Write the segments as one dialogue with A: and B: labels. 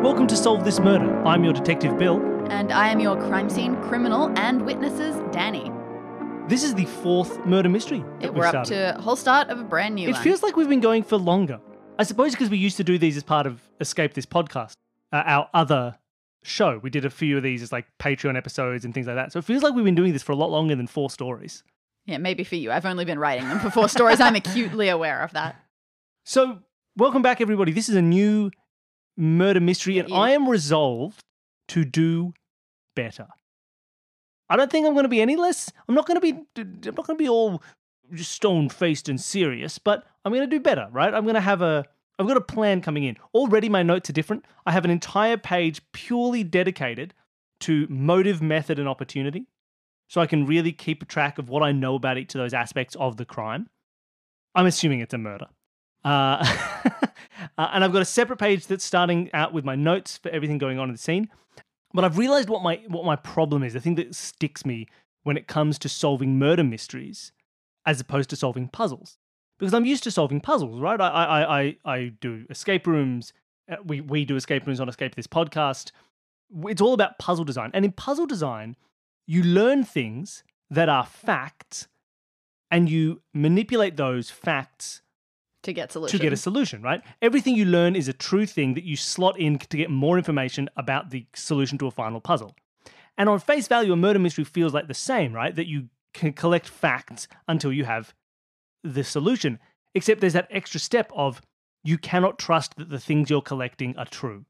A: Welcome to Solve This Murder. I'm your detective, Bill.
B: And I am your crime scene criminal and witnesses, Danny.
A: This is the fourth murder mystery. that
B: It,
A: we've
B: we're up
A: started.
B: to a whole start of a brand new
A: It
B: one.
A: feels like we've been going for longer. I suppose because we used to do these as part of Escape This Podcast, uh, our other show. We did a few of these as like Patreon episodes and things like that. So it feels like we've been doing this for a lot longer than four stories.
B: yeah, maybe for you. I've only been writing them for four stories. I'm acutely aware of that.
A: So welcome back, everybody. This is a new murder mystery, and
B: Yeah.
A: I am resolved to do better. I don't think I'm going to be any less. I'm not going to be. I'm not going to be all stone faced and serious, but I'm going to do better, right? I'm going to have a. I've got a plan coming in. Already, my notes are different. I have an entire page purely dedicated to motive, method, and opportunity, so I can really keep track of what I know about each of those aspects of the crime. I'm assuming it's a murder. Uh, uh, and I've got a separate page that's starting out with my notes for everything going on in the scene. But I've realized what my what my problem is. The thing that sticks me when it comes to solving murder mysteries, as opposed to solving puzzles, because I'm used to solving puzzles, right? I I I, I I do escape rooms. uh, We we do escape rooms on Escape This podcast. It's all about puzzle design, and in puzzle design, you learn things that are facts, and you manipulate those facts
B: To get
A: to
B: solution.
A: get a solution, right? Everything you learn is a true thing that you slot in to get more information about the solution to a final puzzle. And on face value, a murder mystery feels like the same, right? That you can collect facts until you have the solution. Except there's that extra step of you cannot trust that the things you're collecting are true.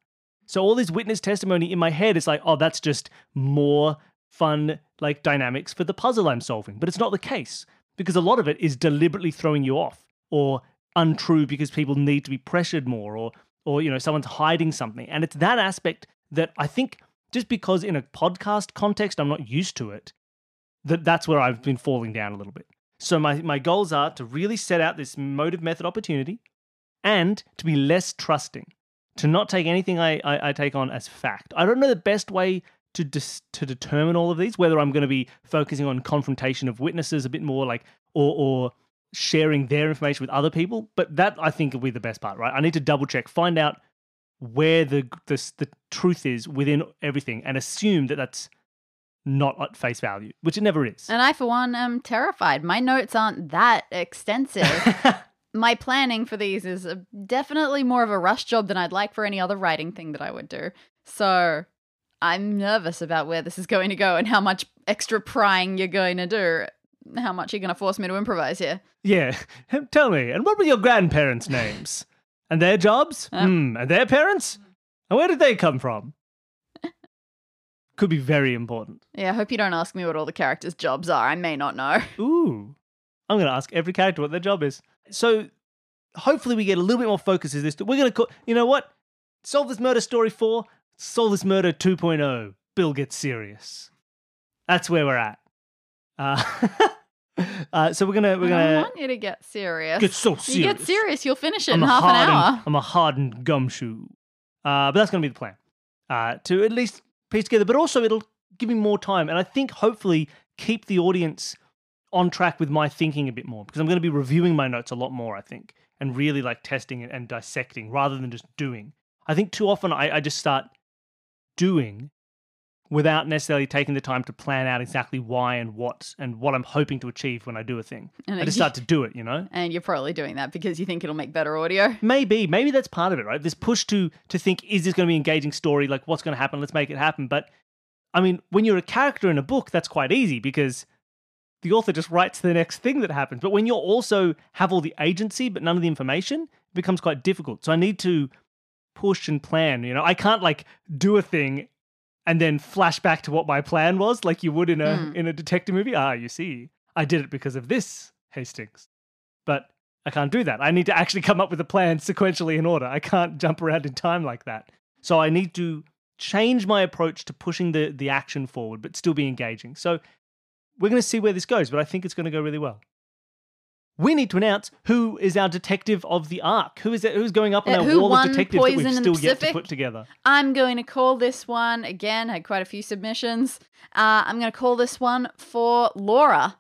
A: So all this witness testimony in my head is like, oh, that's just more fun like dynamics for the puzzle I'm solving. But it's not the case because a lot of it is deliberately throwing you off or untrue because people need to be pressured more or or you know someone's hiding something. And it's that aspect that I think just because in a podcast context I'm not used to it, that that's where I've been falling down a little bit. So my my goals are to really set out this motive method opportunity and to be less trusting to not take anything I, I, I take on as fact. I don't know the best way to dis- to determine all of these. Whether I'm going to be focusing on confrontation of witnesses a bit more, like or or sharing their information with other people. But that I think will be the best part, right? I need to double check, find out where the the, s- the truth is within everything, and assume that that's not at face value, which it never is.
B: And I, for one, am terrified. My notes aren't that extensive. My planning for these is uh, definitely more of a rush job than I'd like for any other writing thing that I would do. So I'm nervous about where this is going to go and how much extra prying you're going to do. How much you're going to force me to improvise here.
A: yeah, tell me. And what were your grandparents' names and their jobs?
B: Uh.
A: Hmm, and their parents? And where did they come from? Could be very important.
B: Yeah, I hope you don't ask me what all the characters' jobs are. I may not know.
A: Ooh. I'm going to ask every character what their job is. So hopefully we get a little bit more focus as this. We're going to call, you know what? Solve this murder story 4, solve this murder 2.0. Bill gets serious. That's where we're at. Uh, uh, so we're going to, we're
B: I don't
A: going
B: want you to get serious.
A: to get so serious.
B: You get serious, you'll finish it in
A: a
B: half an
A: hardened-
B: hour.
A: I'm a hardened gumshoe. Uh, but that's going to be the plan uh, to at least piece together. But also, it'll give me more time. And I think hopefully keep the audience on track with my thinking a bit more because I'm going to be reviewing my notes a lot more, I think, and really like testing it and dissecting rather than just doing. I think too often I, I just start doing without necessarily taking the time to plan out exactly why and what and what I'm hoping to achieve when I do a thing.
B: And
A: I just
B: you-
A: start to do it, you know?
B: And you're probably doing that because you think it'll make better audio.
A: maybe maybe that's part of it right this push to to think is this going to be engaging story like what's going to happen let's make it happen but i mean when you're a character in a book that's quite easy because the author just writes the next thing that happens but when you're also have all the agency but none of the information it becomes quite difficult so i need to push and plan you know i can't like do a thing and then flash back to what my plan was like you would in a
B: Mm.
A: in a detective movie ah you see i did it because of this hastings but I can't do that. I need to actually come up with a plan sequentially in order. I can't jump around in time like that. So I need to change my approach to pushing the, the action forward, but still be engaging. So we're going to see where this goes, but I think it's going to go really well. We need to announce who is our detective of the arc. Who is it, who's going up on
B: Uh,
A: our
B: who
A: wall
B: won
A: of detectives that
B: Poison
A: we've
B: in the
A: still yet to
B: Pacific?
A: put together?
B: I'm going to call this one again. I had quite a few submissions. Uh, I'm going to call this one for Laura,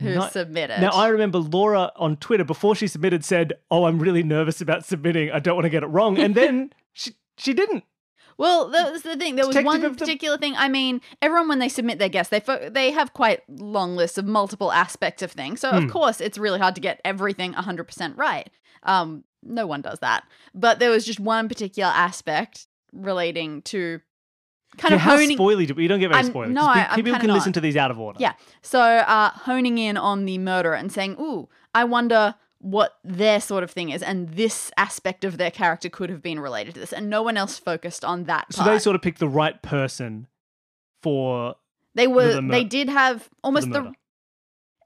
B: who
A: Ni-
B: submitted.
A: Now I remember Laura on Twitter before she submitted said, "Oh, I'm really nervous about submitting. I don't want to get it wrong." And then she she didn't.
B: Well, that was the thing. There was
A: Detective
B: one
A: of the-
B: particular thing. I mean, everyone when they submit their guess, they fo- they have quite long lists of multiple aspects of things. So
A: Hmm.
B: of course, it's really hard to get everything 100% right. Um, no one does that. But there was just one particular aspect relating to kind
A: yeah,
B: of
A: how
B: honing
A: spoily do you don't get very
B: I'm-
A: spoily?
B: no,
A: 'cause pe-
B: I- I'm
A: people
B: kinda
A: can
B: not.
A: listen to these out of order.
B: Yeah. So uh, honing in on the murderer and saying, "Ooh, I wonder what their sort of thing is, and this aspect of their character could have been related to this." And no one else focused on that.
A: So
B: part.
A: they sort of picked the right person for
B: They were.
A: the mur-
B: they did have almost
A: the
B: the,
A: murder.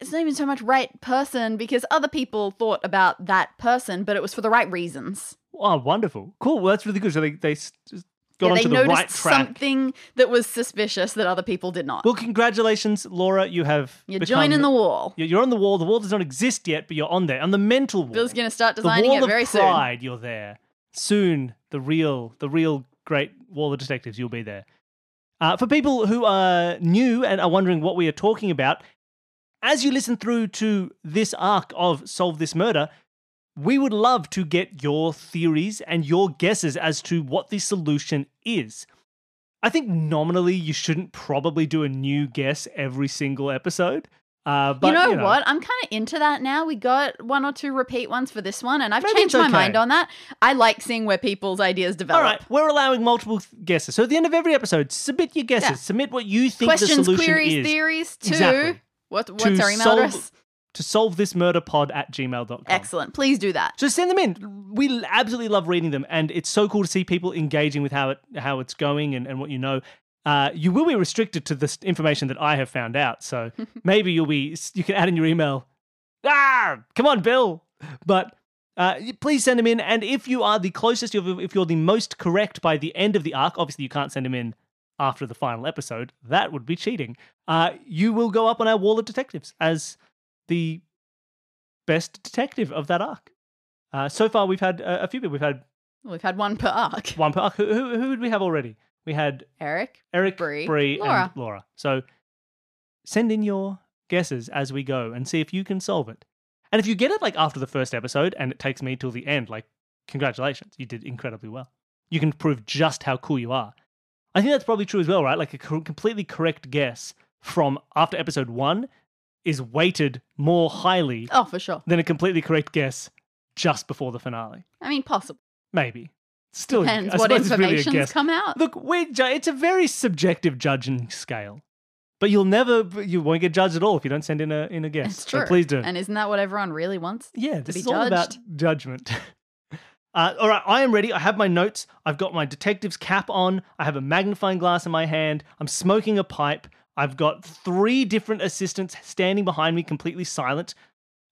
B: It's not even so much right person because other people thought about that person, but it was for the right reasons.
A: oh, wonderful, cool. Well, that's really good. So they they s- just got
B: yeah, they
A: onto the
B: noticed
A: right track.
B: something that was suspicious that other people did not.
A: Well, congratulations, Laura. You have
B: You're
A: become-
B: joining the wall.
A: You're- You're on the wall. The wall does not exist yet, but you're on there. On the mental wall.
B: Bill's going to start
A: the
B: designing
A: wall
B: it
A: of
B: very soon.
A: pride. You're there soon. The real, the real great wall of detectives. You'll be there. Uh, for people who are new and are wondering what we are talking about, as you listen through to this arc of Solve This Murder, we would love to get your theories and your guesses as to what the solution is. I think nominally you shouldn't probably do a new guess every single episode. Uh, but
B: you know, what? I'm kind of into that now. We got one or two repeat ones for this one, and I've
A: Maybe
B: changed
A: it's
B: my
A: okay.
B: mind on that. I like seeing where people's ideas develop.
A: All right, we're allowing multiple th- guesses. So at the end of every episode, submit your guesses.
B: Yeah.
A: Submit what you think the
B: Questions,
A: solution
B: queries,
A: is
B: theories, too.
A: Exactly.
B: What, what's
A: To
B: our email
A: solve-
B: address?
A: to solve this murder pod at gmail.com.
B: Excellent. Please do that.
A: So send them in. We absolutely love reading them, and it's so cool to see people engaging with how it how it's going and, and what you know. Uh, you will be restricted to the s- information that I have found out, so maybe you'll be you can add in your email. Ah, come on, Bill. But uh, y- please send them in, and if you are the closest, if if you're the most correct by the end of the arc, obviously you can't send them in after the final episode. That would be cheating. Uh, you will go up on our wall of detectives as the best detective of that arc. Uh, so far, we've had uh, a few people. We've had
B: We've had one per arc.
A: one per arc. Who, who, who did we have already? We had
B: Eric,
A: Eric,
B: Bree,
A: Bree,
B: Laura.
A: and Laura. So send in your guesses as we go and see if you can solve it. And if you get it like after the first episode and it takes me till the end, like congratulations, you did incredibly well. You can prove just how cool you are. I think that's probably true as well, right? Like a cor- completely correct guess from after episode one is weighted more highly
B: Oh, for sure.
A: than a completely correct guess just before the finale.
B: I mean, possible.
A: Maybe. Still,
B: Depends
A: I
B: what
A: suppose it's Oh, really a
B: information's
A: guess.
B: come out.
A: Look, we're ju- it's a very subjective judging scale, but you'll never, you won't get judged at all if you don't send in a in a guess.
B: It's true.
A: So please do.
B: And isn't that what everyone really wants?
A: yeah, this
B: be
A: is all about judgment. Uh, all right, I am ready. I have my notes. I've got my detective's cap on. I have a magnifying glass in my hand. I'm smoking a pipe. I've got three different assistants standing behind me, completely silent,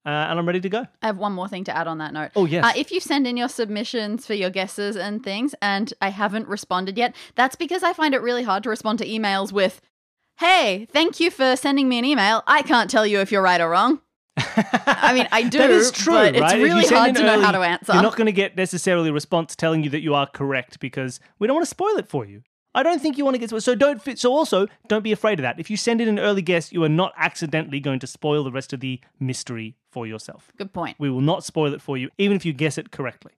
A: uh, and I'm ready to go.
B: I have one more thing to add on that note.
A: Oh yes.
B: Uh, if you send in your submissions for your guesses and things, and I haven't responded yet, that's because I find it really hard to respond to emails with, Hey, thank you for sending me an email. I can't tell you if you're right or wrong. I mean, I do,
A: that is true,
B: but
A: right? If
B: it's
A: you
B: really
A: send
B: hard
A: in
B: to know how to
A: early,
B: answer.
A: You're not going to get necessarily a response telling you that you are correct because we don't want to spoil it for you. I don't think you want to get so don't fit. So also don't be afraid of that. If you send in an early guess, you are not accidentally going to spoil the rest of the mystery for yourself.
B: Good point.
A: We will not spoil it for you, even if you guess it correctly.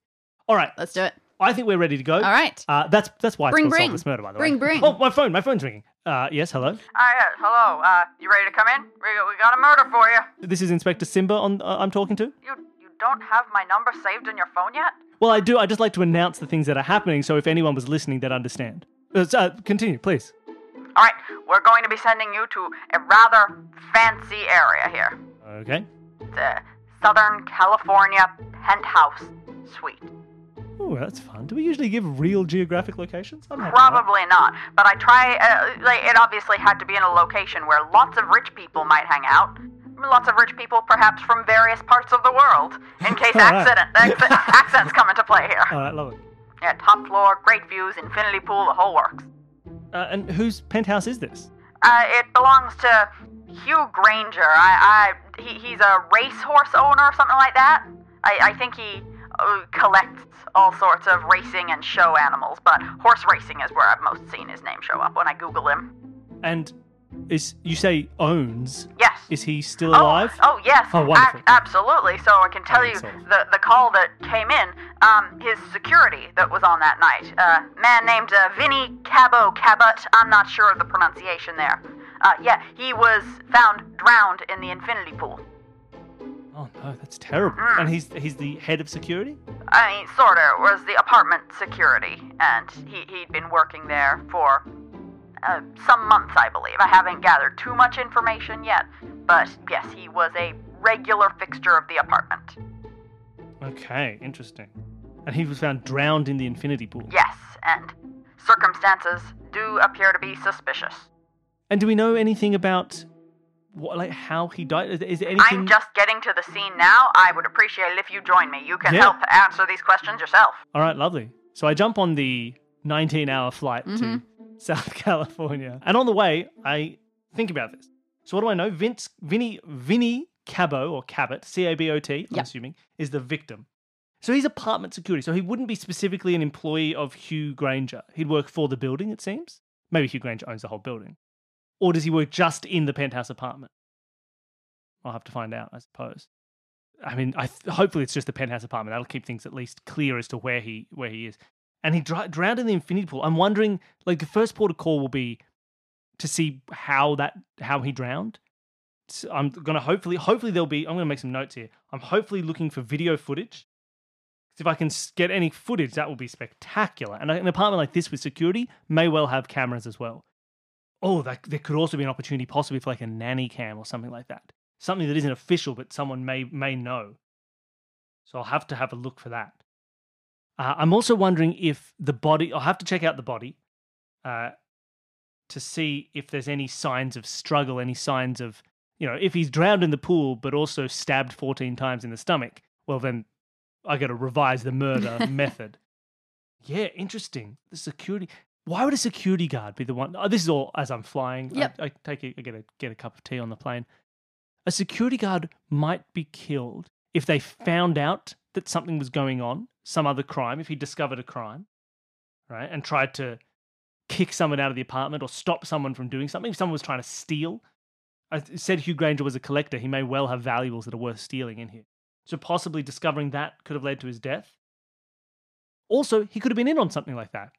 A: All right,
B: Let's do it.
A: I think we're ready to go.
B: All right.
A: Uh, that's that's why
B: Bring,
A: it's called
B: bring.
A: Solve this murder, by the
B: Bring,
A: way.
B: bring.
A: Oh, my phone, my phone's ringing. Uh, yes, hello.
C: Hi, uh, hello. Uh, you ready to come in? We, we got a murder for you.
A: This is Inspector Simba. On uh, I'm talking to.
C: You you don't have my number saved in your phone yet?
A: Well, I do. I just like to announce the things that are happening, so if anyone was listening, they'd understand. Uh, so, uh, continue, please.
C: All right, we're going to be sending you to a rather fancy area here.
A: Okay.
C: The Southern California Penthouse Suite.
A: Oh, that's fun. Do we usually give real geographic locations? I'm happy with that.
C: Probably not, but I try. Uh, like, it obviously had to be in a location where lots of rich people might hang out. Lots of rich people, perhaps from various parts of the world, in case
A: All right.
C: accident, acc- accents come into play here.
A: All right, love it.
C: Yeah, top floor, great views, infinity pool, the whole works.
A: Uh, and whose penthouse is this?
C: Uh, it belongs to Hugh Granger. I, I he, he's a racehorse owner or something like that. I, I think he uh, collects all sorts of racing and show animals, but horse racing is where I've most seen his name show up when I Google him.
A: And Is you say owns?
C: Yes.
A: Is he still
C: Oh,
A: alive?
C: Oh, yes.
A: Oh,
C: Ac-
A: wonderful. Oh,
C: absolutely. So I can tell you
A: Excellent.
C: the, the call that came in, um, his security that was on that night. uh, man named uh, Vinny Cabo Cabot. I'm not sure of the pronunciation there. Uh, yeah, he was found drowned in the infinity pool.
A: Oh, no, that's terrible.
C: Mm.
A: And he's he's the head of security.
C: I mean, sorta, was the apartment security, and he, he'd been working there for uh, some months, I believe. I haven't gathered too much information yet, but yes, he was a regular fixture of the apartment.
A: Okay, interesting. And he was found drowned in the infinity pool.
C: Yes, and circumstances do appear to be suspicious.
A: And do we know anything about what, like, how he died? Is, is there anything?
C: I'm just getting to the scene now. I would appreciate it if you join me. You can
A: Yeah.
C: help answer these questions yourself.
A: All right, lovely. So I jump on the 19 hour flight to
B: Mhm.
A: South California. And on the way, I think about this. So what do I know? Vince Vinny Vinny Cabo or Cabot, C A B O T, I'm
B: Yep.
A: assuming, is the victim. So he's apartment security. So he wouldn't be specifically an employee of Hugh Granger. He'd work for the building, it seems. Maybe Hugh Granger owns the whole building. Or does he work just in the penthouse apartment? I'll have to find out, I suppose. I mean, I th- hopefully it's just the penthouse apartment. That'll keep things at least clear as to where he where he is. And he dr- drowned in the infinity pool. I'm wondering, like, the first port of call will be to see how that how he drowned. So I'm gonna hopefully hopefully there'll be. I'm gonna make some notes here. I'm hopefully looking for video footage. 'Cause If I can s- get any footage, that will be spectacular. And uh, an apartment like this with security may well have cameras as well. Oh, that there could also be an opportunity possibly for like a nanny cam or something like that something that isn't official but someone may may know. So I'll have to have a look for that. Uh, I'm also wondering if the body. I'll have to check out the body uh, to see if there's any signs of struggle, any signs of you know if he's drowned in the pool but also stabbed 14 times in the stomach. Well, then I got to revise the murder method. Yeah, interesting. The security. Why would a security guard be the one? Oh, this is all as I'm flying. I-
B: Yep.
A: I, take a, I get a get a cup of tea on the plane. A security guard might be killed if they found out that something was going on, some other crime, if he discovered a crime, right, and tried to kick someone out of the apartment or stop someone from doing something. If someone was trying to steal, I th- said Hugh Granger was a collector. He may well have valuables that are worth stealing in here. So possibly discovering that could have led to his death. Also, he could have been in on something like that.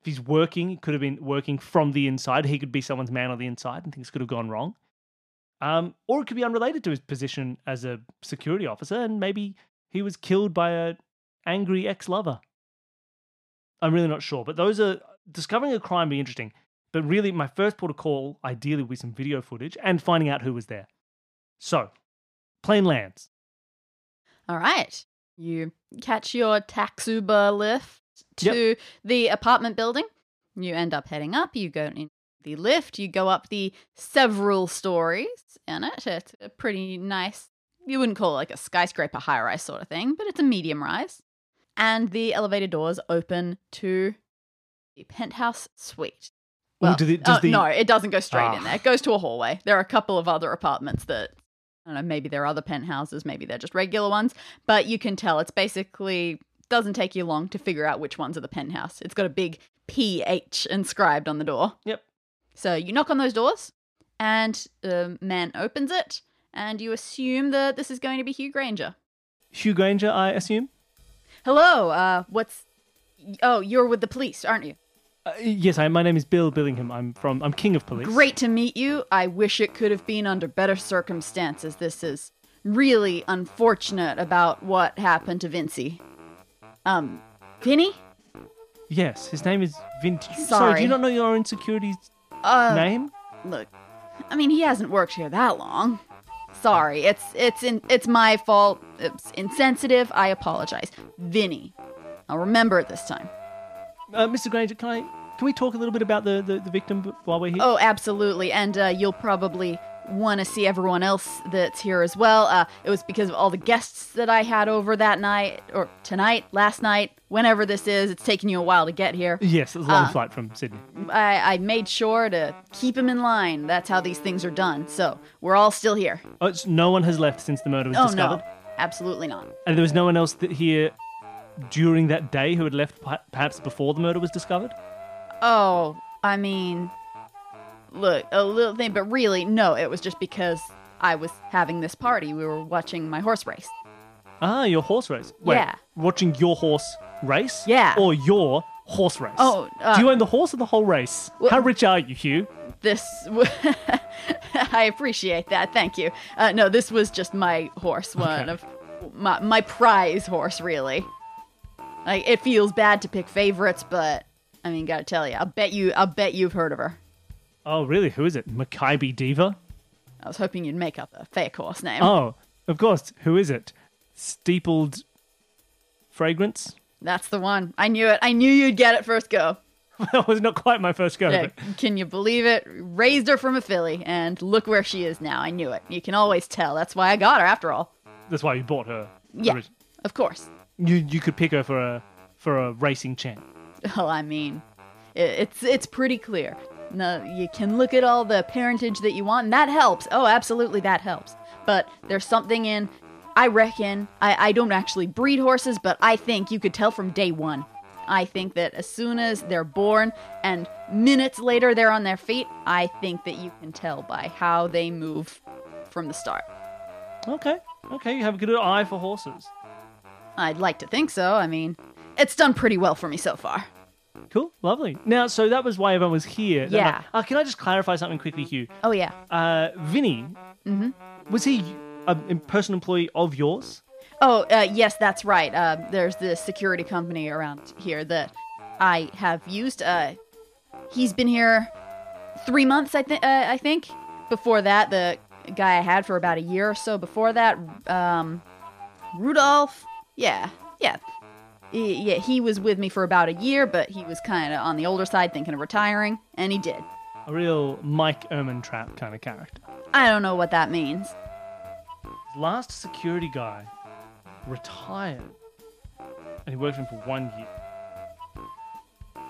A: If he's working, he could have been working from the inside. He could be someone's man on the inside, and things could have gone wrong. Um, or it could be unrelated to his position as a security officer, and maybe he was killed by a angry ex-lover. I'm really not sure, but those are discovering a crime would be interesting. But really, my first port of call, ideally, would be some video footage and finding out who was there. So, plane lands.
B: All right. You catch your taxuba lift to the apartment building. You end up heading up. You go in the lift. You go up the several stories in it. It's a pretty nice, you wouldn't call it like a skyscraper high rise sort of thing, but it's a medium rise. And the elevator doors open to the penthouse suite.
A: Ooh,
B: Well,
A: do the- does
B: oh,
A: the-
B: no, it doesn't go straight
A: Ah.
B: in there. It goes to a hallway. There are a couple of other apartments that I don't know, maybe they're other penthouses, maybe they're just regular ones, but you can tell it's basically doesn't take you long to figure out which ones are the penthouse. It's got a big PH inscribed on the door.
A: Yep.
B: So you knock on those doors, and the man opens it, and you assume that this is going to be Hugh Granger.
A: Hugh Granger, I assume.
B: Hello, uh, what's. Oh, you're with the police, aren't you?
A: Uh, yes, I, my name is Bill Billingham. I'm from. I'm King of Police.
B: Great to meet you. I wish it could have been under better circumstances. This is really unfortunate about what happened to Vincy. Um, Vinny?
A: Yes, his name is Vint. Sorry. do
B: Sorry.
A: you not know your own security's
B: Uh,
A: name?
B: look. I mean, he hasn't worked here that long. Sorry, it's it's in, it's my fault. It's insensitive. I apologize, Vinny. I'll remember it this time.
A: Uh, Mr. Granger, can I? Can we talk a little bit about the the, the victim b- while we're here?
B: Oh, absolutely. And uh, you'll probably want to see everyone else that's here as well. Uh, it was because of all the guests that I had over that night, or tonight, last night, whenever this is. It's taken you a while to get here.
A: Yes, it was a
B: Uh.
A: long flight from Sydney.
B: I, I made sure to keep him in line. That's how these things are done. So we're all still here.
A: Oh, it's, no one has left since the murder was
B: Oh
A: discovered,
B: no, absolutely not.
A: and there was no one else that here during that day who had left, perha- perhaps before the murder was discovered.
B: Oh, I mean, Oh, look, a little thing, but really, no, it was just because I was having this party. We were watching my horse race.
A: Ah, your horse race. Wait,
B: Yeah.
A: Watching your horse race?
B: Yeah.
A: Or your horse race?
B: Oh, uh,
A: Do you own the horse or the whole race?
B: Well-
A: How rich are you, Hugh?
B: This, w- I appreciate that. Thank you. Uh, no, this was just my horse,
A: Okay.
B: one of my my prize horse, really. Like it feels bad to pick favorites, but I mean, gotta tell you, I bet you, I bet you've heard of her.
A: Oh, really? Who is it? Maccabi Diva?
B: I was hoping you'd make up a fake horse name.
A: Oh, of course. Who is it? Steepled Fragrance?
B: That's the one. I knew it. I knew you'd get it first go.
A: that was not quite my first go.
B: Yeah,
A: but-
B: can you believe it? Raised her from a filly, and look where she is now. I knew it. You can always tell. That's why I got her, after all.
A: That's why you bought her.
B: Yeah, of course.
A: You you could pick her for a for a racing champ.
B: Oh, I mean, i it's it's pretty clear. No, you can look at all the parentage that you want, and that helps. Oh, absolutely, that helps. But there's something in. I reckon I, I don't actually breed horses, but I think you could tell from day one. I think that as soon as they're born and minutes later they're on their feet, I think that you can tell by how they move from the start.
A: Okay. Okay, you have a good eye for horses.
B: I'd like to think so. I mean, it's done pretty well for me so far.
A: Cool, lovely. Now, so that was why everyone was here. They're
B: Yeah.
A: like, "Oh, can I just clarify something quickly, Hugh?
B: Oh, yeah.
A: Uh, Vinny,
B: Mm-hmm.
A: was he a in- personal employee of yours?
B: Oh, uh, yes, that's right. Uh, there's this security company around here that I have used. Uh, he's been here three months, I, think. uh, I think. Before that, the guy I had for about a year or so before that, um, Rudolph. Yeah, yeah. Y- Yeah, he was with me for about a year, but he was kind of on the older side, thinking of retiring, and he did.
A: A real Mike Ehrmantraut kind of character.
B: I don't know what that means.
A: Last security guy retired, and he worked for him for one year.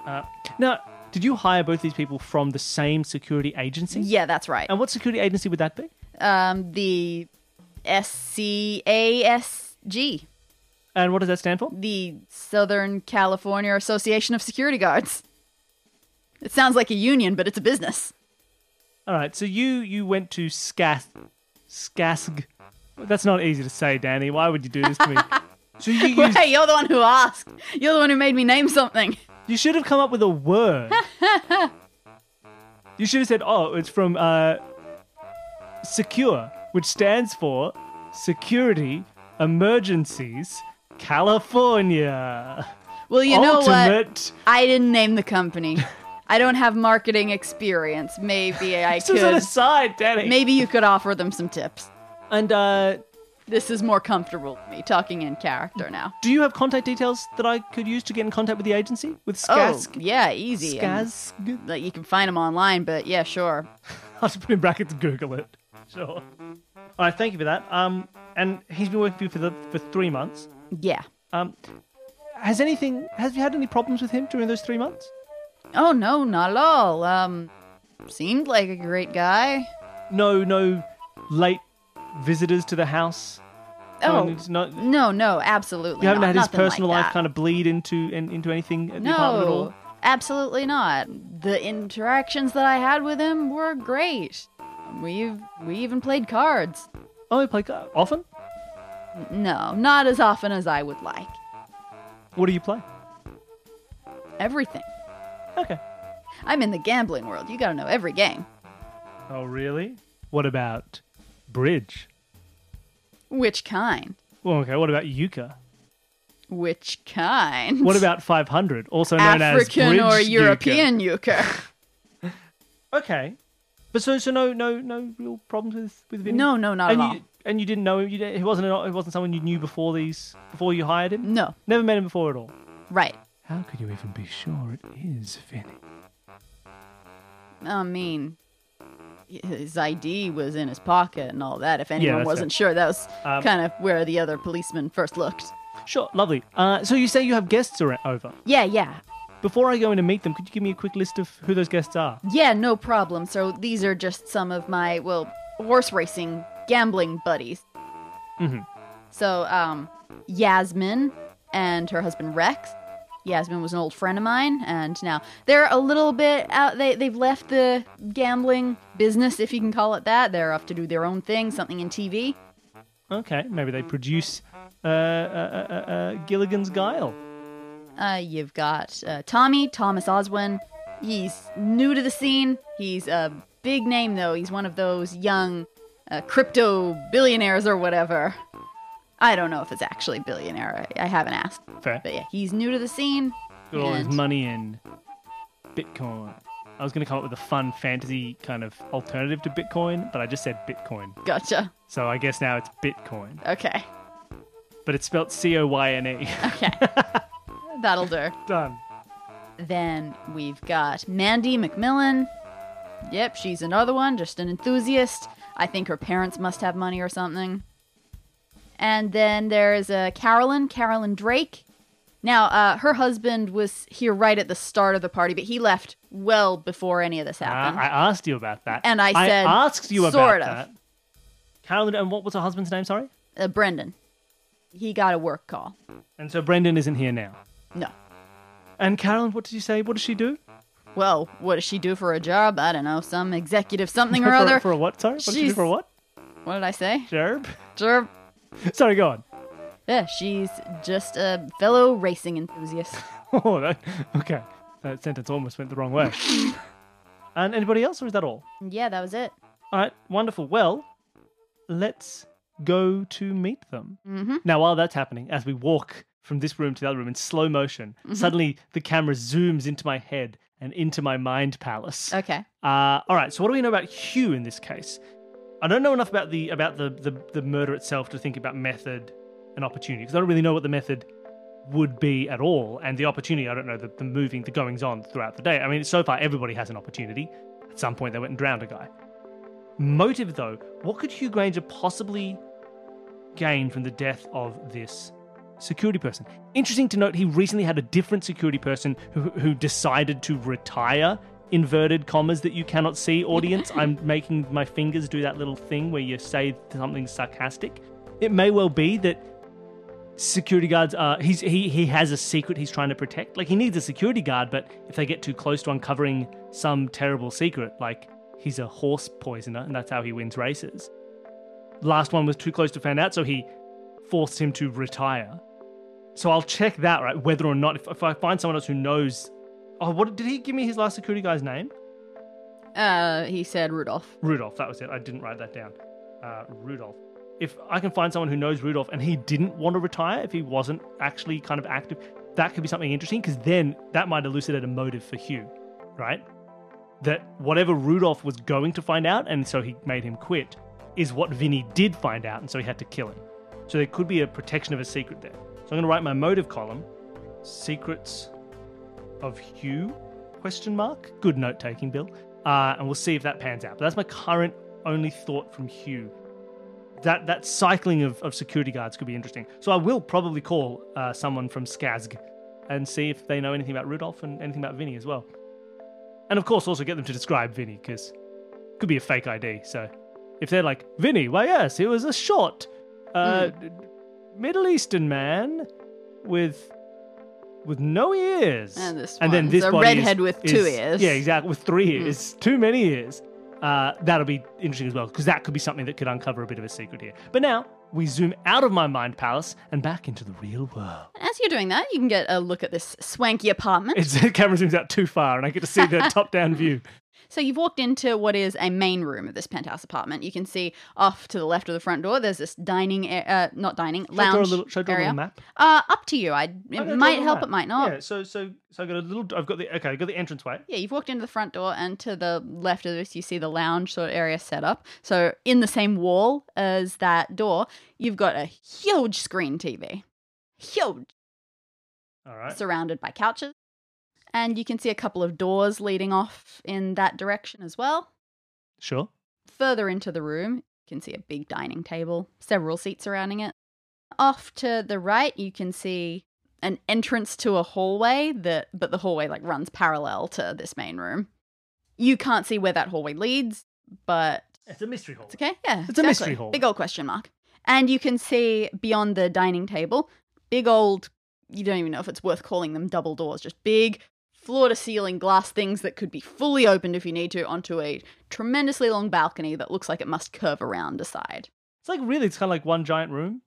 A: Uh, now, did you hire both these people from the same security agency?
B: Yeah, that's right.
A: And what security agency would that be?
B: Um, the S C A S G.
A: And what does that stand for?
B: the Southern California Association of Security Guards. It sounds like a union, but it's a business.
A: All right, so you you went to Skask, Skask. That's not easy to say, Danny. Why would you do this to me? so you used,
B: Hey, you're the one who asked. You're the one who made me name something.
A: you should have come up with a word. you should have said, "Oh, it's from uh, Secure, which stands for Security Emergencies California."
B: Well, you know what?
A: Ultimate.
B: I didn't name the company. I don't have marketing experience. Maybe I
A: This was on
B: could.
A: a side, Danny.
B: Maybe you could offer them some tips.
A: And uh,
B: This is more comfortable to me talking in character now.
A: do you have contact details that I could use to get in contact with the agency with Skask?
B: Oh, yeah, easy. I mean,
A: Skask.
B: Like you can find them online, but yeah, sure.
A: I'll just put in brackets Google it. Sure. All right, thank you for that. Um, and he's been working for you for, the, for three months.
B: Yeah.
A: Um, has anything? Have you had any problems with him during those three months?
B: Oh no, not at all. Um, seemed like a great guy.
A: No, no, late visitors to the house. No,
B: Oh
A: it's not. You
B: no, no, absolutely.
A: haven't
B: not.
A: had his
B: Nothing like
A: personal life
B: that.
A: kind of bleed into in, into anything at the apartment at
B: No,
A: all.
B: absolutely not. The interactions that I had with him were great. We've we even played cards.
A: Oh, he play ca- often.
B: No, not as often as I would like.
A: What do you play?
B: Everything.
A: Okay.
B: I'm in the gambling world. You gotta know every game.
A: Oh, really? What about bridge?
B: Which kind?
A: Well, okay. What about euchre?
B: Which kind?
A: What about five hundred? Also known as
B: African
A: bridge
B: or
A: euchre?
B: European euchre?
A: Okay, but so so no no no real problems with with Vinny.
B: No, no, not
A: and
B: at
A: you,
B: all.
A: And you didn't know him. You didn't, he wasn't an, he wasn't someone you knew before these before you hired him.
B: No,
A: Never met him before at all.
B: right.
A: How could you even be sure it is Vinny?
B: I mean, his ID was in his pocket and all that. If anyone
A: that's
B: wasn't sure, that was
A: Um,
B: kind of where the other policeman first looked.
A: Sure, lovely. Uh, so you say you have guests ar- over.
B: Yeah, yeah.
A: Before I go in to meet them, could you give me a quick list of who those guests are?
B: Yeah, no problem. So these are just some of my, well, horse racing gambling buddies.
A: Mhm.
B: So, um, Yasmin and her husband Rex, Yasmin was an old friend of mine, and now they're a little bit out. They they've left the gambling business, if you can call it that. They're off to do their own thing, something in TV.
A: Okay, maybe they produce uh, uh, uh, uh, uh, Gilligan's Guile.
B: Uh, you've got uh, Tommy Thomas Oswin. He's new to the scene. He's a big name though. He's one of those young uh, crypto billionaires or whatever. I don't know if it's actually billionaire. I, I haven't asked,
A: Fair.
B: but yeah, he's new to the scene.
A: Got all his
B: and-
A: money in Bitcoin. I was going to come up with a fun fantasy kind of alternative to Bitcoin, but I just said Bitcoin.
B: Gotcha.
A: So I guess now it's Bitcoin.
B: Okay.
A: But it's spelled C O Y N E.
B: Okay. That'll do.
A: Done.
B: Then we've got Mandy McMillan. Yep, she's another one, just an enthusiast. I think her parents must have money or something. And then there's uh, Carolyn, Carolyn Drake. Now, uh, her husband was here right at the start of the party, but he left well before any of this
A: Uh,
B: happened.
A: I asked you about that.
B: And I said,
A: I asked you about
B: sort of.
A: that. Carolyn, and what was her husband's name? Sorry?
B: uh, Brendan, he got a work call.
A: And so Brendan isn't here now.
B: No.
A: And Carolyn, what did you say? What does she do?
B: Well, what does she do for a job? I don't know, some executive something
A: For-
B: or other.
A: For a what? Sorry? What did she do
B: She's-
A: for a what?
B: What did I say?
A: Gerb?
B: Sure.
A: Sorry, go on.
B: Yeah, she's just a fellow racing enthusiast.
A: Oh, that, okay. That sentence almost went the wrong way. and anybody else, or is that all?
B: yeah, that was it.
A: All right, wonderful. Well, let's go to meet them.
B: Mm-hmm.
A: Now, while that's happening, as we walk from this room to the other room in slow motion, suddenly the camera zooms into my head and into my mind palace.
B: Okay.
A: Uh, all right. So what do we know about Hugh in this case? I don't know enough about the about the the, the murder itself to think about method and opportunity because I don't really know what the method would be at all, and the opportunity I don't know the, the moving the goings on throughout the day. I mean, so far everybody has an opportunity. At some point, they went and drowned a guy. Motive though, what could Hugh Granger possibly gain from the death of this security person. Interesting to note, he recently had a different security person who, who decided to retire. Inverted commas that you cannot see, audience. I'm making my fingers do that little thing where you say something sarcastic. It may well be that security guards are he's he he has a secret he's trying to protect. Like he needs a security guard, but if they get too close to uncovering some terrible secret, like he's a horse poisoner and that's how he wins races. Last one was too close to find out, so he forced him to retire. So I'll check that, right? Whether or not, if, if I find someone else who knows. Oh, what did he give me his last security guy's name?
B: Uh, he said Rudolph.
A: Rudolph, that was it. I didn't write that down. Uh, Rudolph. If I can find someone who knows Rudolph and he didn't want to retire, if he wasn't actually kind of active, that could be something interesting because then that might elucidate a motive for Hugh, right? That whatever Rudolph was going to find out, and so he made him quit, is what Vinny did find out, and so he had to kill him. So there could be a protection of a secret there. So I'm going to write my motive column: secrets of Hugh? Question mark. Good note taking, Bill. Uh, and we'll see if that pans out. But that's my current only thought from Hugh. That that cycling of, of security guards could be interesting. So I will probably call uh, someone from Skazg and see if they know anything about Rudolph and anything about Vinny as well. And of course, also get them to describe Vinny because could be a fake ID. So if they're like Vinny, why yes, he was a short, uh,
B: Hmm.
A: d- Middle Eastern man with with no ears,
B: And this
A: then
B: one's
A: this
B: a
A: body is-
B: redhead with two
A: is-
B: ears. Hmm.
A: Yeah, exactly, with three ears, too many ears. Uh, that'll be interesting as well because that could be something that could uncover a bit of a secret here. But now we zoom out of my mind palace and back into the real world.
B: And as you're doing that, you can get a look at this swanky apartment.
A: It's the camera zooms out too far, and I get to see the top down view.
B: So you've walked into what is a main room of this penthouse apartment. You can see off to the left of the front door. There's this dining, a- uh, not dining,
A: Should I draw a
B: lounge
A: little, should I draw a
B: area.
A: little map?
B: Uh, up to you. I it
A: Oh, no, draw a
B: might
A: little
B: help.
A: map.
B: It might not.
A: Yeah. So so so I got a little. I've got the okay. I have got the entranceway.
B: Yeah, you've walked into the front door, and to the left of this, you see the lounge sort of area set up. So, in the same wall as that door, you've got a huge screen TV, huge,
A: All right.
B: surrounded by couches. And you can see a couple of doors leading off in that direction as well.
A: sure.
B: Further into the room, you can see a big dining table, several seats surrounding it. Off to the right, you can see an entrance to a hallway that but the hallway like runs parallel to this main room. You can't see where that hallway leads, but
A: It's a mystery hall.
B: it's okay. Yeah.
A: It's a mystery hall.
B: Big old question mark. And you can see beyond the dining table, big old you don't even know if it's worth calling them double doors, just big floor to ceiling glass things that could be fully opened if you need to onto a tremendously long balcony that looks like it must curve around a side.
A: It's like really, it's kind of like one giant room,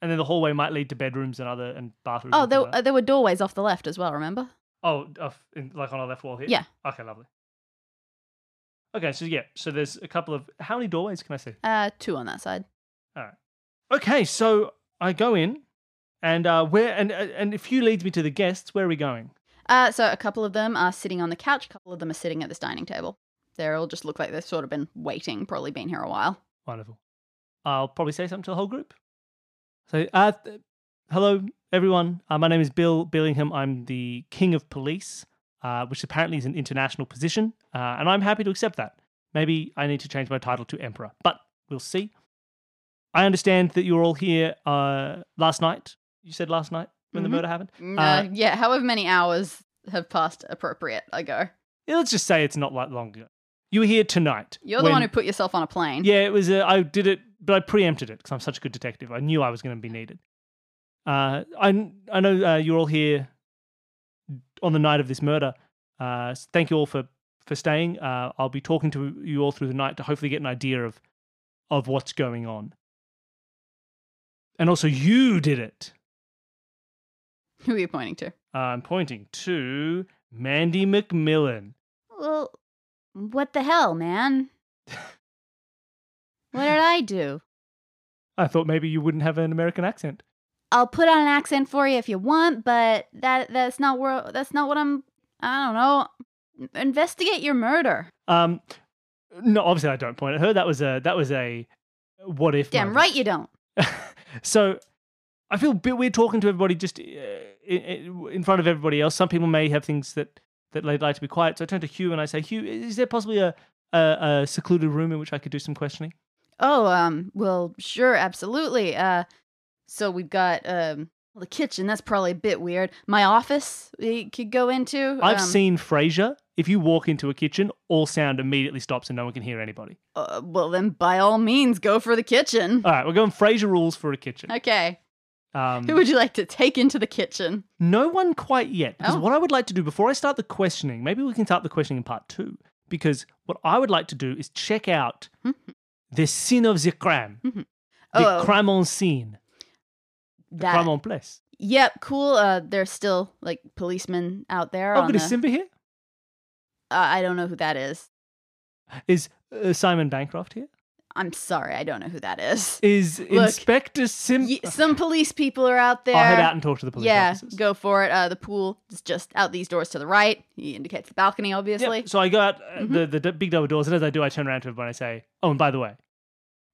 A: and then the hallway might lead to bedrooms and other and bathrooms.
B: Oh,
A: and things
B: there,
A: like
B: uh, there were doorways off the left as well, remember?
A: Oh, off, in, like on our left wall here?
B: Yeah.
A: Okay, lovely. Okay, so yeah, so there's a couple of. How many doorways can I see?
B: Uh, two on that side.
A: Okay, so I go in, and uh, where and and if you leads me to the guests, where are we going?
B: Uh, so a couple of them are sitting on the couch, a couple of them are sitting at this dining table. They all just look like they've sort of been waiting, probably been here a while.
A: Wonderful. I'll probably say something to the whole group. So, uh, th- hello everyone. Uh, my name is Bill Billingham. I'm the King of Police, uh, which apparently is an international position, uh, and I'm happy to accept that. Maybe I need to change my title to Emperor, but we'll see. I understand that you were all here uh, last night. You said last night when
B: Mhm.
A: the murder happened.
B: Uh, yeah, however many hours have passed appropriate ago.
A: Yeah, Let's just say it's not like long ago. You were here tonight.
B: You're the
A: when-
B: one who put yourself on a plane.
A: Yeah, it was. A, I did it, but I preempted it because I'm such a good detective. I knew I was going to be needed. Uh, I I know uh, you're all here on the night of this murder. Uh, s- thank you all for for staying. Uh, I'll be talking to you all through the night to hopefully get an idea of of what's going on. And also, you did it.
B: Who are you pointing to?
A: Uh, I'm pointing to Mandy McMillan.
B: Well, what the hell, man? what did I do?
A: I thought maybe you wouldn't have an American accent.
B: I'll put on an accent for you if you want, but that that's not where that's not what I'm. I don't know. Investigate your murder.
A: Um, no, obviously I don't point at her. That was a that was a what if.
B: Damn
A: moment.
B: right you don't.
A: so I feel a bit weird talking to everybody just uh, in, in front of everybody else. Some people may have things that that they'd like to be quiet. So I turn to Hugh and I say, Hugh, is there possibly a a, a secluded room in which I could do some questioning?
B: Oh, um, well, sure, absolutely. Uh, so we've got um well, the kitchen. That's probably a bit weird. My office we could go into.
A: I've
B: um,
A: seen Frasier. If you walk into a kitchen, all sound immediately stops and no one can hear anybody.
B: Uh, well, then by all means, go for the kitchen.
A: All right, we're going Frasier rules for a kitchen.
B: okay.
A: Um,
B: Who would you like to take into the kitchen?
A: No one quite yet. Because
B: Oh.
A: what I would like to do before I start the questioning, maybe we can start the questioning in part two. Because what I would like to do is check out
B: Mhm.
A: the scene of the crime,
B: Mhm.
A: the
B: Oh.
A: crime en scene, the
B: That.
A: crime en place.
B: Yep, cool. Uh, there's still like policemen out there.
A: Oh,
B: on
A: good. Is
B: the-
A: Simba here?
B: uh, I don't know who that is.
A: Is uh, Simon Bancroft here?
B: I'm sorry, I don't know who that is.
A: Is
B: Look,
A: Inspector Simba?
B: Ye- some police people are out there.
A: I'll Oh, head out and talk to the police
B: yeah,
A: officers.
B: go for it. Uh, the pool is just out these doors to the right. He indicates the balcony,
A: Yep,
B: obviously.
A: So I go out uh,
B: Mhm.
A: the, the d- big double doors, and as I do, I turn around to everyone and I say, "Oh, and by the way,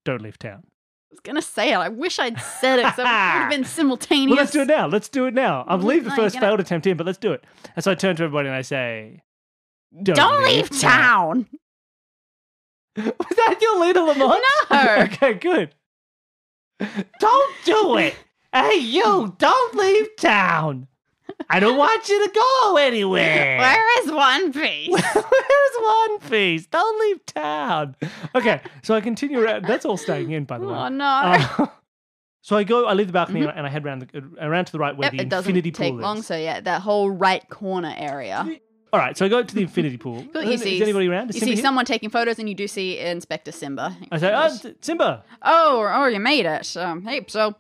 A: don't leave town."
B: I was gonna say it. I wish I'd said it. So it would have been simultaneous.
A: Well, let's do it now. Let's do it now. I
B: Well,
A: believe the
B: no, you
A: first
B: gotta-
A: failed attempt in, but let's do it. And so I turn to everybody and I say,
B: Don't, leave town.
A: Was that your leader, Lamont?
B: No.
A: okay, good. Don't do it. hey, you, don't leave town. I don't want you to go anywhere.
B: Where is One Piece?
A: Where's One Piece? Don't leave town. Okay, so I continue around. That's all staying in, by the way.
B: oh no.
A: Uh, so I go, I leave the balcony and I head around, the, around to the right where
B: Mm-hmm. Yep,
A: the
B: it doesn't
A: infinity
B: take
A: pool
B: long.
A: is.
B: So yeah, that whole right corner area.
A: All right, so I go to the infinity pool.
B: Cool, you
A: is
B: see-
A: anybody around? Is
B: You
A: Simba
B: see
A: here?
B: someone taking photos, and you do see Inspector Simba.
A: I say, oh, S- Simba.
B: Oh, oh, you made it. Um, hey, so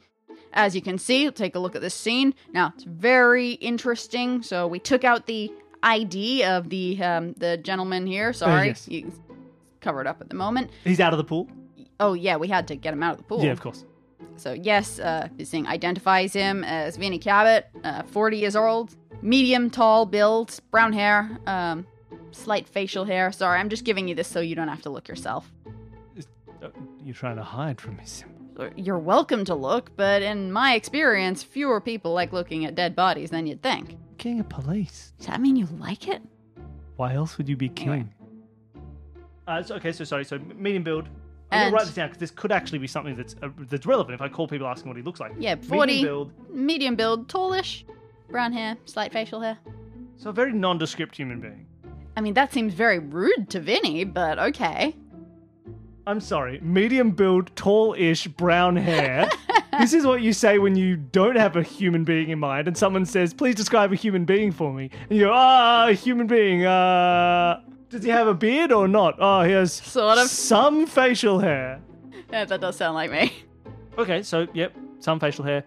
B: as you can see, take a look at this scene. Now it's very interesting. So we took out the ID of the um, the gentleman here. Sorry,
A: Oh, yes.
B: you covered up at the moment.
A: He's out of the pool.
B: Oh yeah, we had to get him out of the pool.
A: Yeah, of course.
B: So yes, uh, this thing identifies him as Vinnie Cabot, uh, 40 years old, medium tall build, brown hair, um, slight facial hair. Sorry, I'm just giving you this so you don't have to look yourself.
A: Uh, You're trying to hide from me, Simba.
B: You're welcome to look, but in my experience, fewer people like looking at dead bodies than you'd think.
A: King of police.
B: Does that mean you like it?
A: Why else would you be king?
B: Anyway.
A: Uh, so, okay, so sorry. So medium build. I'm
B: And-
A: gonna write this down because this could actually be something that's uh, that's relevant. If I call people asking what he looks like.
B: Yeah,
A: Medium
B: 40.
A: build.
B: Medium build, tallish, brown hair, slight facial hair.
A: So a very nondescript human being.
B: I mean, that seems very rude to Vinny, but okay.
A: I'm sorry. Medium build, tall-ish, brown hair, this is what you say when you don't have a human being in mind and someone says, please describe a human being for me. And you go, ah, a human being. Uh, does he have a beard or not? Oh, he has
B: Sort of.
A: some facial hair.
B: Yeah, that does sound like me.
A: Okay, so, yep, some facial hair.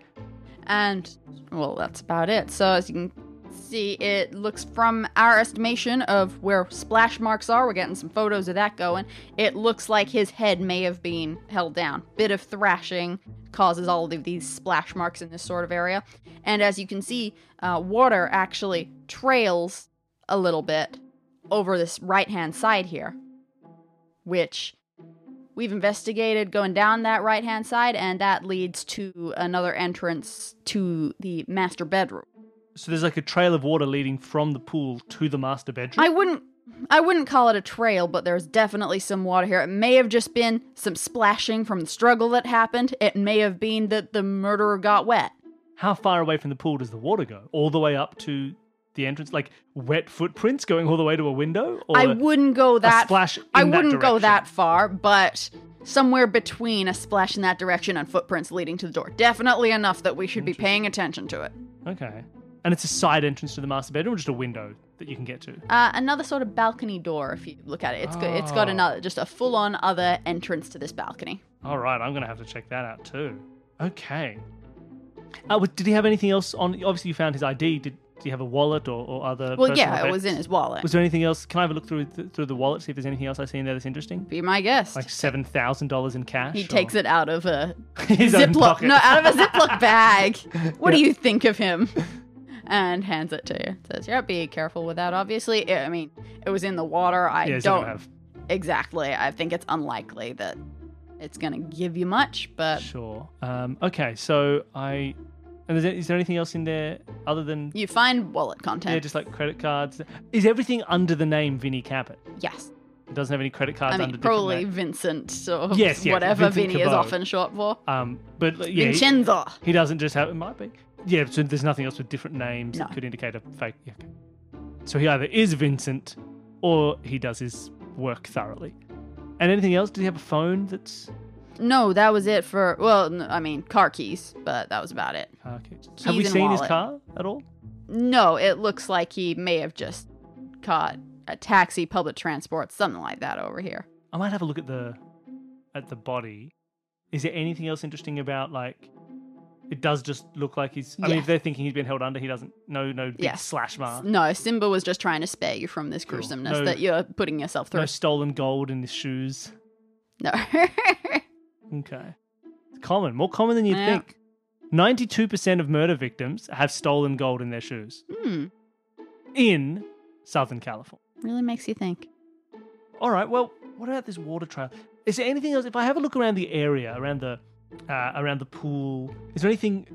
B: And, well, that's about it. So, as you can see, it looks from our estimation of where splash marks are, we're getting some photos of that going. It looks like his head may have been held down. Bit of thrashing causes all of these splash marks in this sort of area. And as you can see, uh, water actually trails a little bit over this right hand side here, which We've investigated going down that right hand side, and that leads to another entrance to the master bedroom.
A: So there's like a trail of water leading from the pool to the master bedroom.
B: I wouldn't. I wouldn't call it a trail, but there's definitely some water here. It may have just been some splashing from the struggle that happened. It may have been that the murderer got wet.
A: How far away from the pool does the water go? All the way up to the entrance? Like wet footprints going all the way to a window? Or
B: I wouldn't go that.
A: splash
B: I
A: in that
B: wouldn't go
A: direction.
B: that far, but somewhere between a splash in that direction and footprints leading to the door. Definitely enough that we should be paying attention to it.
A: Okay. And it's a side entrance to the master bedroom or just a window that you can get to?
B: Uh, another sort of balcony door, if you look at it. It's good. It's got
A: Oh.
B: another, just a full-on other entrance to this balcony.
A: All right, I'm going to have to check that out too. Okay. Uh, w- did he have anything else on? Obviously, you found his ID. Did, did he have a wallet or, or other?
B: Well,
A: personal
B: yeah, it was in
A: effects?
B: his wallet.
A: Was there anything else? Can I have a look through th- through the wallet, see if there's anything else I see in there that's interesting?
B: Be my guest.
A: Like seven thousand dollars in cash.
B: he takes it out of a
A: his own
B: Ziploc,
A: pocket.
B: no, out of a Ziploc bag. What do you think of him? And hands it to you. Says, "Yeah, be careful with that." Obviously, it, I mean, it was in the water. I
A: Yeah, he's not
B: don't
A: gonna have.
B: exactly. I think it's unlikely that it's gonna give you much, but
A: Sure. Um, okay, so I. And is there, is there anything else in there other than
B: you find wallet content.
A: yeah, just like credit cards? Is everything under the name Vinny Caput?
B: yes.
A: It doesn't have any credit cards
B: I mean,
A: under different
B: probably
A: name.
B: Vincent or
A: Yes, yes,
B: whatever
A: Vincent
B: Vinny is
A: Cabot.
B: often short for.
A: Um, but like, yeah, he-
B: Vincenzo.
A: He doesn't just have. It might be. Yeah. So there's nothing else with different names
B: No.
A: that could indicate a fake. Yeah, okay. So he either is Vincent, or he does his work thoroughly. And anything else? Did he have a phone that's?
B: No, that was it for. Well, n- I mean, car keys, but that was about it.
A: ah, okay. Have we
B: and
A: seen his
B: wallet.
A: car at all?
B: No, it looks like he may have just caught a taxi, public transport, something like that over here.
A: I might have a look at the, at the body. Is there anything else interesting about like? It does just look like he's. I mean,
B: Yeah.
A: if they're thinking he's been held under, he doesn't. No, no big
B: Yes.
A: slash mark.
B: No, Simba was just trying to spare you from this gruesomeness
A: Uh-huh. No.
B: that you're putting yourself through.
A: No stolen gold in his shoes.
B: No.
A: Okay. It's common, more common than you'd
B: Yeah.
A: think. 92% of murder victims have stolen gold in their shoes
B: hmm.
A: in Southern California.
B: Really makes you think.
A: All right, well, what about this water trail? Is there anything else? If I have a look around the area, around the uh, around the pool, is there anything?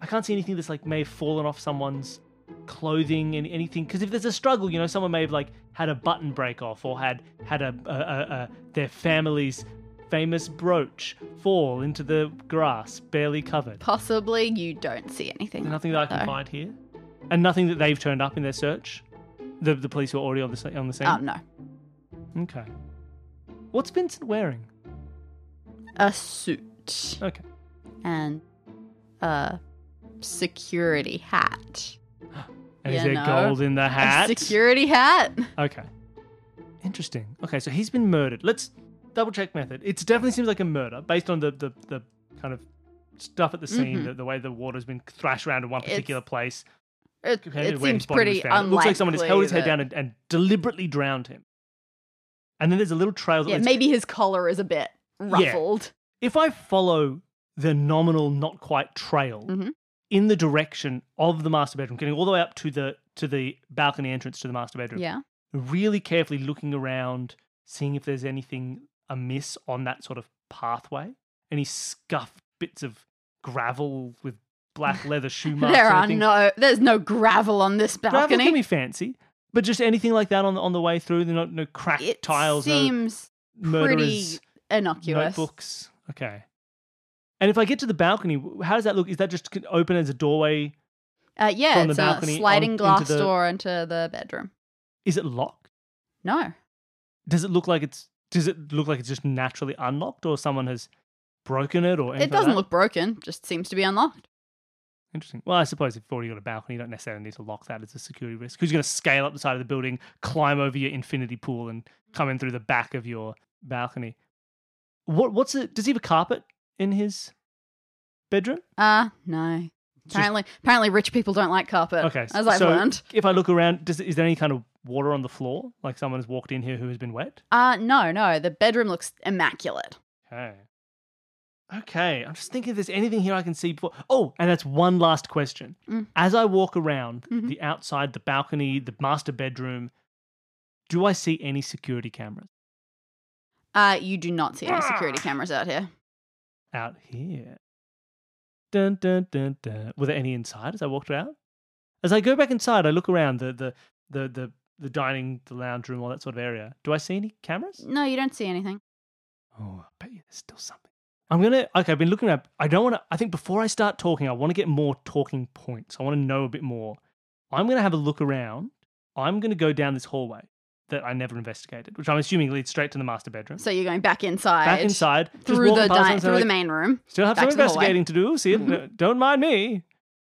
A: I can't see anything that's like may have fallen off someone's clothing and anything. Because if there's a struggle, you know, someone may have like had a button break off or had had a, a, a, a their family's famous brooch fall into the grass, barely covered.
B: Possibly you don't see anything.
A: Nothing that I can
B: No.
A: find here, and nothing that they've turned up in their search. The the police were already on the sa- on the scene.
B: Oh, no.
A: Okay. What's Vincent wearing?
B: A suit
A: Okay.
B: and a security hat.
A: And is there
B: You know,
A: gold in the hat?
B: A security hat?
A: Okay. Interesting. Okay, so he's been murdered. Let's double check method. It definitely seems like a murder based on the the, the kind of stuff at the scene,
B: Mhm.
A: the, the way the water's been thrashed around in one
B: It's-
A: particular place.
B: It,
A: compared
B: it
A: to where
B: seems
A: his body
B: pretty
A: was found.
B: unlikely.
A: It looks like someone has held his head
B: that-
A: down and, and deliberately drowned him. And then there's a little trail. that
B: Yeah,
A: leads-
B: maybe his collar is a bit ruffled.
A: if I follow the nominal, not quite trail
B: Mhm.
A: in the direction of the master bedroom, getting all the way up to the to the balcony entrance to the master bedroom,
B: Yeah.
A: really carefully looking around, seeing if there's anything amiss on that sort of pathway, any scuffed bits of gravel with black leather shoe marks.
B: There
A: or
B: are
A: anything.
B: no there's no gravel on this
A: gravel can
B: balcony.
A: be fancy, but just anything like that on the on the way through. There no no cracked
B: It
A: tiles,
B: seems
A: no
B: pretty
A: murderers.
B: innocuous.
A: Notebooks. Okay. And if I get to the balcony, w- how does that look? Is that just c- open as a doorway?
B: Uh, yeah,
A: From the
B: it's
A: balcony
B: a sliding
A: on-
B: glass
A: into the-
B: door into the bedroom.
A: Is it locked?
B: No.
A: Does it look like it's does it look like it's just naturally unlocked or someone has broken it or anything like
B: It doesn't
A: that?
B: look broken, just seems to be unlocked.
A: interesting. Well, I suppose if you've already got a balcony, you don't necessarily need to lock that as a security risk. Who's going to scale up the side of the building, climb over your infinity pool, and come in through the back of your balcony? What? What's it? Does he have a carpet in his bedroom?
B: Ah, no.
A: It's just-
B: Apparently, apparently, rich people don't like carpet.
A: Okay,
B: Uh, as I've
A: so
B: learned.
A: If I look around, does, is there any kind of water on the floor? Like someone has walked in here who has been wet?
B: Uh no, no. The bedroom looks immaculate.
A: Okay. Okay, I'm just thinking if there's anything here I can see before. Oh, and that's one last question.
B: Mm.
A: As I walk around
B: Mhm.
A: the outside, the balcony, the master bedroom, do I see any security cameras
B: Uh, you do not see any security
A: Ah.
B: cameras out here.
A: out here? Dun, dun, dun, dun. Were there any inside as I walked out? As I go back inside, I look around the the the the, the dining, the lounge room, all that sort of area. Do I see any cameras?
B: No, you don't see anything.
A: Oh, I bet you there's still something. I'm gonna okay, I've been looking up I don't wanna I think before I start talking, I wanna get more talking points. I wanna know a bit more. I'm gonna have a look around. I'm gonna go down this hallway that I never investigated, which I'm assuming leads straight to the master bedroom.
B: So you're going back inside,
A: Back inside, just
B: through
A: walking
B: the
A: past
B: di-
A: and
B: through
A: like,
B: the main room.
A: Still have
B: back
A: some
B: to the hallway.
A: investigating to do. See,
B: Mhm.
A: it? don't mind me.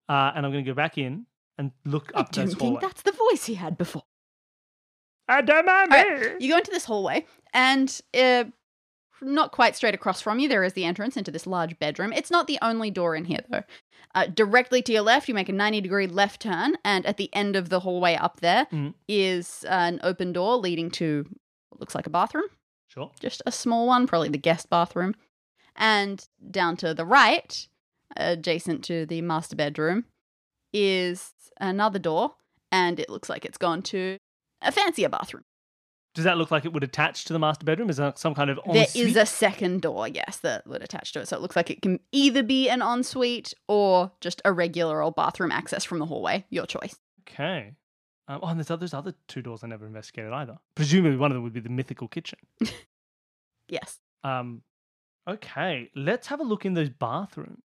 A: Uh, and I'm gonna go back in and look
B: I
A: up
B: don't
A: this
B: think
A: hallway.
B: that's the voice he had before.
A: I "Ah, don't mind me.
B: You go into this hallway, and uh, not quite straight across from you, there is the entrance into this large bedroom. It's not the only door in here, though. Uh, directly to your left, you make a 90 degree left turn, and at the end of the hallway up there is
A: Mm.
B: an open door leading to what looks like a bathroom.
A: Sure.
B: just a small one, probably the guest bathroom. And down to the right, adjacent to the master bedroom, is another door, and it looks like it's gone to a fancier bathroom.
A: Does that look like it would attach to the master bedroom? Is that some kind of
B: There
A: ensuite?
B: is a second door, yes, that would attach to it. So it looks like it can either be an ensuite or just a regular old bathroom access from the hallway, your choice.
A: Okay. Um, oh, and there's oth- there's other two doors I never investigated either. Presumably, one of them would be the mythical kitchen.
B: Yes.
A: Um, okay, let's have a look in those bathrooms.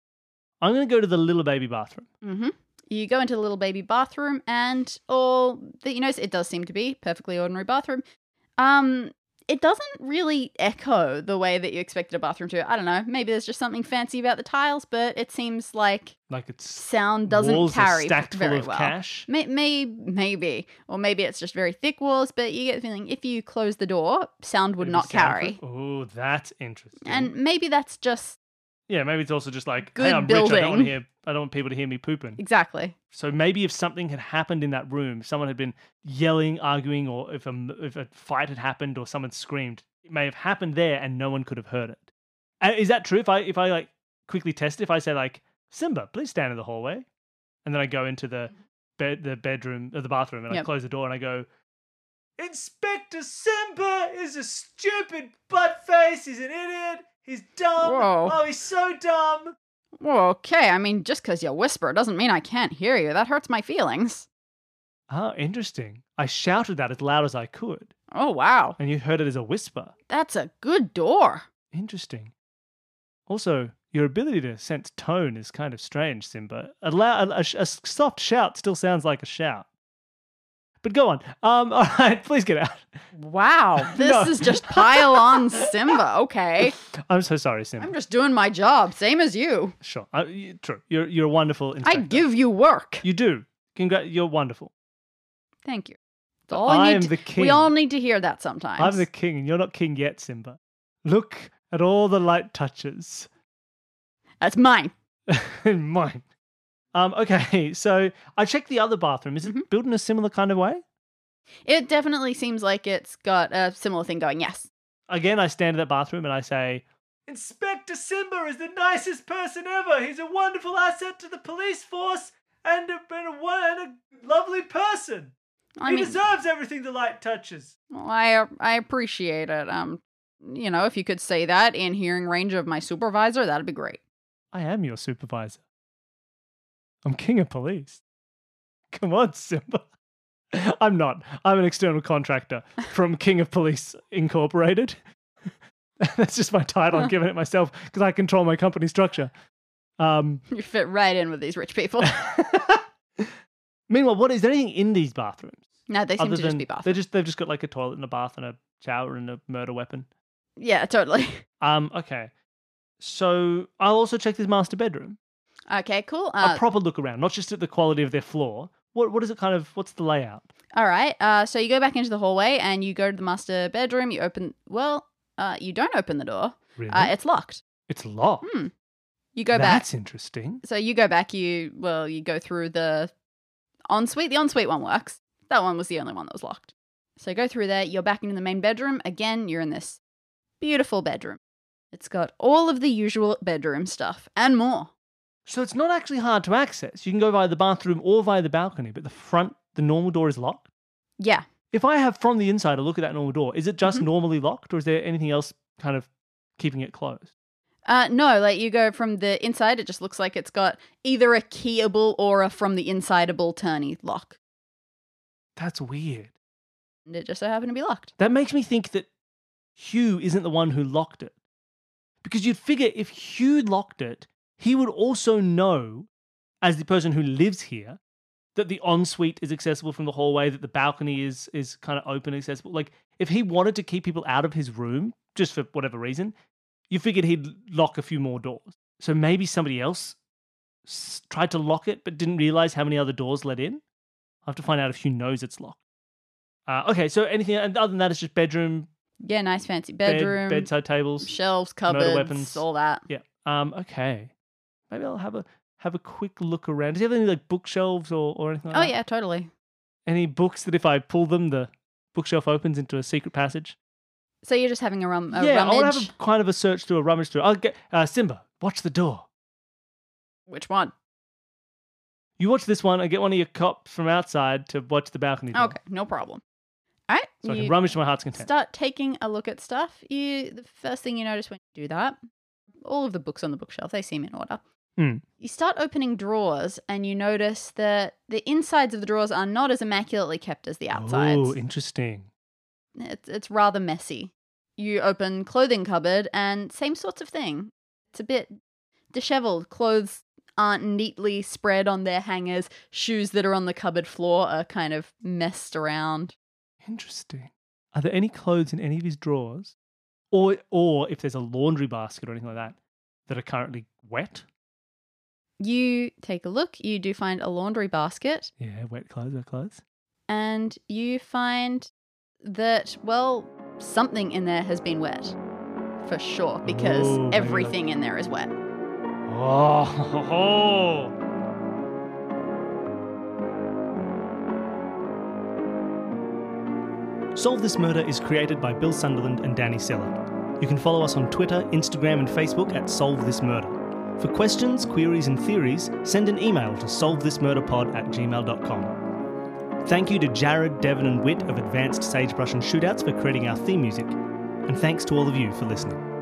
A: I'm going to go to the little baby bathroom.
B: Mm-hmm. You go into the little baby bathroom, and all that you notice, it does seem to be perfectly ordinary bathroom. Um, it doesn't really echo the way that you expected a bathroom to. I don't know. Maybe there's just something fancy about the tiles, but it seems like
A: Like it's
B: sound doesn't
A: walls are
B: carry
A: stacked
B: very
A: full of
B: well.
A: cash.
B: May- may- maybe, or maybe it's just very thick walls. But you get the feeling if you close the door, sound would not carry.
A: Oh, that's interesting.
B: And maybe that's just
A: yeah, maybe it's also just like, hey,
B: Good
A: I'm rich. I don't want to
B: building.
A: hear. I don't want people to hear me pooping.
B: exactly.
A: So maybe if something had happened in that room, if someone had been yelling, arguing, or if a, m- if a fight had happened or someone screamed, it may have happened there and no one could have heard it. Uh, Is that true? If I if I like quickly test it, if I say like Simba, please stand in the hallway, and then I go into the bed the bedroom or the bathroom and I
B: Mm-hmm. Yep.
A: close the door and I go. Inspector Simba is a stupid butt face. He's an idiot. He's dumb.
B: Whoa.
A: Oh, he's so dumb.
B: Well, okay. I mean, just because you whisper doesn't mean I can't hear you. That hurts my feelings.
A: Oh, interesting. I shouted that as loud as I could.
B: Oh, wow.
A: and you heard it as a whisper.
B: That's a good door.
A: Interesting. Also, your ability to sense tone is kind of strange, Simba. A, lou- a, a sh- a s- soft shout still sounds like a shout. But go on. Um, all right, please get out.
B: Wow. This
A: No.
B: is just pile on Simba. Okay.
A: I'm so sorry, Simba.
B: I'm just doing my job, same as you.
A: Sure, uh, y- true. You're you're wonderful. Inspector.
B: I give you work.
A: You do. Congrat. You're wonderful.
B: Thank you. It's all
A: I
B: I need
A: am
B: to-
A: the king.
B: We all need to hear that sometimes.
A: I'm the king, and you're not king yet, Simba. Look at all the light touches.
B: That's mine.
A: in mine. Um, okay, so I checked the other bathroom. Is it
B: Mhm.
A: built in a similar kind of way?
B: It definitely seems like it's got a similar thing going. Yes.
A: Again, I stand in that bathroom and I say, Inspector Simba is the nicest person ever. He's a wonderful asset to the police force and a, and a, and a lovely person.
B: I mean,
A: deserves everything the light touches.
B: well, I I appreciate it. Um, you know, if you could say that in hearing range of my supervisor, that'd be great.
A: I am your supervisor. I'm king of police. Come on, Simba. I'm not. I'm an external contractor from King of Police Incorporated. That's just my title. I'm giving it myself because I control my company structure. Um,
B: You fit right in with these rich people.
A: Meanwhile, what is there anything in these bathrooms?
B: no, they seem to just
A: they
B: be bathrooms.
A: just they've just got like a toilet and a bath and a shower and a murder weapon.
B: Yeah, totally.
A: Um, okay. So I'll also check this master bedroom.
B: Okay, cool. Uh,
A: a proper look around, not just at the quality of their floor. What what is it kind of? What's the layout?
B: all right. Uh, so you go back into the hallway and you go to the master bedroom. You open. Well, uh, you don't open the door.
A: Really?
B: Uh, it's locked.
A: it's locked.
B: Hmm. You go back.
A: That's interesting.
B: So you go back. You well, you go through the ensuite. The ensuite one works. That one was the only one that was locked. So go through there. You're back into the main bedroom again. You're in this beautiful bedroom. It's got all of the usual bedroom stuff and more.
A: So it's not actually hard to access. You can go via the bathroom or via the balcony, but the front, the normal door is locked.
B: Yeah.
A: If I have from the inside a look at that normal door, is it just normally locked or is there anything else kind of keeping it closed?
B: Uh, no, like you go from the inside, it just looks like it's got either a keyable or a from the insideable turny lock.
A: That's weird.
B: And it just so happened to be locked.
A: That makes me think that Hugh isn't the one who locked it. Because you'd figure if Hugh locked it, he would also know, as the person who lives here, that the ensuite is accessible from the hallway, that the balcony is is kind of open, accessible. Like if he wanted to keep people out of his room, just for whatever reason, you figured he'd lock a few more doors. So maybe somebody else s- tried to lock it, but didn't realize how many other doors let in. I have to find out if Hugh knows it's locked. Uh, okay, so anything and other than that, it's just bedroom,
B: Yeah, nice fancy
A: bed-
B: bedroom,
A: bedside tables.
B: shelves, cupboards,
A: weapons.
B: all that.
A: Yeah. Um. Okay. Maybe I'll have a have a quick look around. Does he have any like bookshelves or or anything? Like
B: Oh
A: that?
B: yeah, totally.
A: Any books that if I pull them, the bookshelf opens into a secret passage?
B: So you're just having a rum, Mm, a
A: yeah, I want
B: rummage.
A: to have a, kind of a search through a rummage through. I'll get uh, Simba. Watch the door.
B: Which one?
A: You watch this one. I get one of your cops from outside to watch the balcony. Door,
B: Okay, no problem. All right,
A: So I
B: you
A: can rummage to my heart's content.
B: start taking a look at stuff. You, the first thing you notice when you do that, all of the books on the bookshelf they seem in order.
A: Hmm.
B: You start opening drawers and you notice that the insides of the drawers are not as immaculately kept as the outsides.
A: Oh, interesting.
B: It's, it's rather messy. You open clothing cupboard and same sorts of thing. It's a bit disheveled. Clothes aren't neatly spread on their hangers. Shoes that are on the cupboard floor are kind of messed around.
A: Interesting. Are there any clothes in any of his drawers, or or if there's a laundry basket or anything like that that are currently wet?
B: You take a look. You do find a laundry basket
A: Yeah, wet clothes, wet clothes.
B: and you find that well something in there has been wet for sure because
A: Ooh, maybe like-
B: everything in there is wet.
A: Oh, Solve This Murder is created by Bill Sunderland and Danny Seller. You can follow us on Twitter, Instagram, and Facebook at Solve This Murder. For questions, queries, and theories, send an email to solvethismurderpod at gmail.com. Thank you to Jared, Devon, and Witt of Advanced Sagebrush and Shootouts for creating our theme music, and thanks to all of you for listening.